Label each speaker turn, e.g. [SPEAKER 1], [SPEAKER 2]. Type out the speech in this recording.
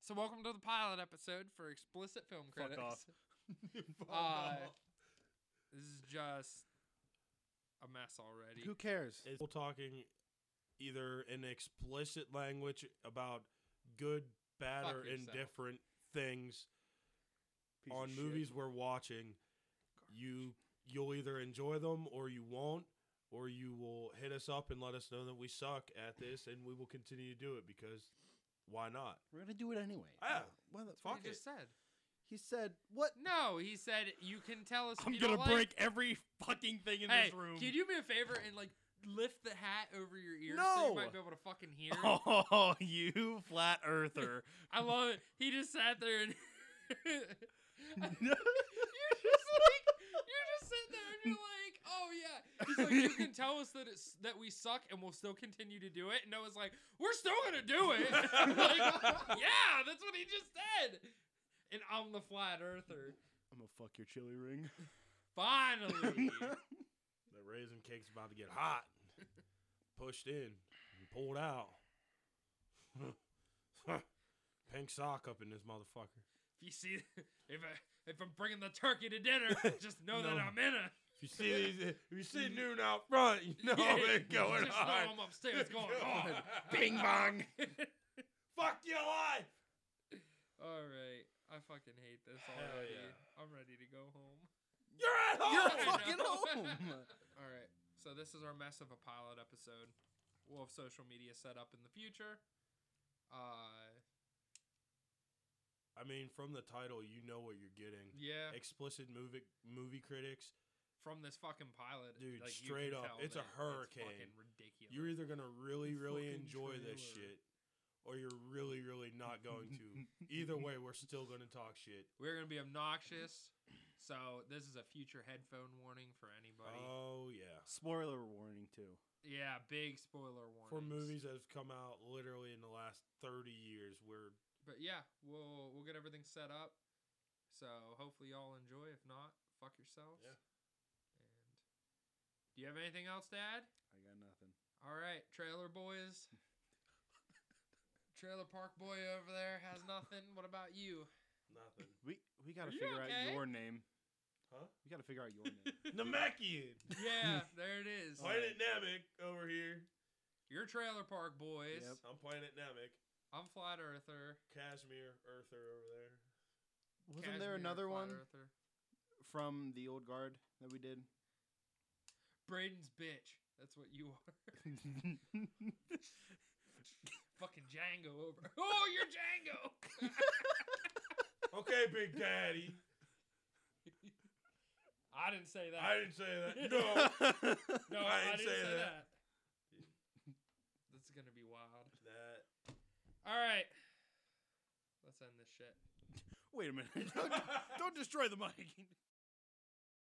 [SPEAKER 1] So welcome to the pilot episode for explicit film critics.
[SPEAKER 2] off.
[SPEAKER 1] Uh, this is just a mess already.
[SPEAKER 3] Who cares?
[SPEAKER 2] Is people talking either in explicit language about good, bad,
[SPEAKER 1] Fuck
[SPEAKER 2] or
[SPEAKER 1] yourself.
[SPEAKER 2] indifferent things
[SPEAKER 3] Piece
[SPEAKER 2] on
[SPEAKER 3] of
[SPEAKER 2] movies
[SPEAKER 3] shit.
[SPEAKER 2] we're watching? You you'll either enjoy them or you won't, or you will hit us up and let us know that we suck at this, and we will continue to do it because why not?
[SPEAKER 3] We're gonna do it anyway.
[SPEAKER 1] Ah.
[SPEAKER 2] Yeah.
[SPEAKER 3] Well, the-
[SPEAKER 1] He
[SPEAKER 2] Fuck
[SPEAKER 1] just
[SPEAKER 2] it.
[SPEAKER 1] said.
[SPEAKER 3] He said, "What?
[SPEAKER 1] No, he said you can tell us. if
[SPEAKER 4] I'm
[SPEAKER 1] you
[SPEAKER 4] gonna
[SPEAKER 1] don't
[SPEAKER 4] break
[SPEAKER 1] Like.
[SPEAKER 4] every fucking thing in
[SPEAKER 1] Hey,
[SPEAKER 4] this room.
[SPEAKER 1] can you do me a favor and like lift the hat over your ears so you
[SPEAKER 3] No.
[SPEAKER 1] might be able to fucking hear?
[SPEAKER 4] Oh, you flat earther.
[SPEAKER 1] I love it. He just sat there and
[SPEAKER 4] No.
[SPEAKER 1] you're just like you're just sitting there and you're like, oh yeah. He's like, you can tell us that it's that we suck and we'll still continue to do it. And Noah's like, we're still gonna do it. Like, yeah, that's what he just said. And I'm the flat earther.
[SPEAKER 3] I'm gonna fuck your chili ring."
[SPEAKER 1] Finally.
[SPEAKER 2] The raisin cake's about to get hot, pushed in, and pulled out. Pink sock up in this motherfucker.
[SPEAKER 1] If you see if I, if I'm bringing the turkey to dinner, just know that
[SPEAKER 2] No.
[SPEAKER 1] I'm in it.
[SPEAKER 2] If you see these, if you see noon out front, you know
[SPEAKER 1] Yeah,
[SPEAKER 2] what's going
[SPEAKER 1] just know I'm
[SPEAKER 2] on.
[SPEAKER 1] upstairs going on.
[SPEAKER 4] Bing bong.
[SPEAKER 2] Fuck your life.
[SPEAKER 1] All right. I fucking hate this already. I'm ready to go home.
[SPEAKER 2] You're at
[SPEAKER 1] You're at
[SPEAKER 2] home.
[SPEAKER 3] Fucking home.
[SPEAKER 1] All right. So this is our mess of a pilot episode. We'll have social media set up in the future. Uh,
[SPEAKER 2] I mean, from the title, you know what you're getting.
[SPEAKER 1] yeah.
[SPEAKER 2] Explicit movie movie critics.
[SPEAKER 1] From this fucking pilot,
[SPEAKER 2] Dude,
[SPEAKER 1] like, you
[SPEAKER 2] straight
[SPEAKER 1] can tell
[SPEAKER 2] up, it's a
[SPEAKER 1] that
[SPEAKER 2] hurricane.
[SPEAKER 1] fucking ridiculous.
[SPEAKER 2] You're either gonna
[SPEAKER 3] The
[SPEAKER 2] really, really
[SPEAKER 3] fucking
[SPEAKER 2] enjoy this
[SPEAKER 3] trailer.
[SPEAKER 2] shit, or you're really, really not going to. either way, we're still gonna talk shit.
[SPEAKER 1] We're gonna be obnoxious. So this is a future headphone warning for anybody.
[SPEAKER 2] Oh yeah.
[SPEAKER 3] Spoiler warning too.
[SPEAKER 1] yeah, big spoiler warning
[SPEAKER 2] For movies that have come out literally in the last 30 years, we're
[SPEAKER 1] But yeah, we'll we'll get everything set up. So hopefully y'all enjoy. If not, fuck yourselves.
[SPEAKER 2] Yeah.
[SPEAKER 1] And do you have anything else, to add?
[SPEAKER 3] I got nothing.
[SPEAKER 1] All right, trailer boys. trailer park boy over there has nothing. What about you?
[SPEAKER 2] nothing.
[SPEAKER 3] We we
[SPEAKER 1] Are
[SPEAKER 3] gotta
[SPEAKER 1] you
[SPEAKER 3] figure
[SPEAKER 1] okay?
[SPEAKER 3] out your name.
[SPEAKER 2] Huh?
[SPEAKER 3] We gotta figure out your name.
[SPEAKER 2] Namekian!
[SPEAKER 1] Yeah, there it is.
[SPEAKER 2] Planet Namek over here.
[SPEAKER 1] Your trailer park boys.
[SPEAKER 3] Yep.
[SPEAKER 2] I'm Planet Namek.
[SPEAKER 1] I'm flat earther.
[SPEAKER 2] Cashmere Earther over there.
[SPEAKER 3] Wasn't
[SPEAKER 1] Cashmere
[SPEAKER 3] there another
[SPEAKER 1] Flat
[SPEAKER 3] one
[SPEAKER 1] Earther.
[SPEAKER 3] from the old guard that we did?
[SPEAKER 1] Braden's bitch. That's what you are. Fucking Django over. Oh, you're Django.
[SPEAKER 2] Okay, Big Daddy.
[SPEAKER 1] I didn't say that.
[SPEAKER 2] I didn't say that. No.
[SPEAKER 1] no,
[SPEAKER 2] I didn't say
[SPEAKER 1] that. That's gonna be wild.
[SPEAKER 2] that.
[SPEAKER 1] All right, let's end this shit.
[SPEAKER 3] Wait a minute! Don't, don't destroy the mic.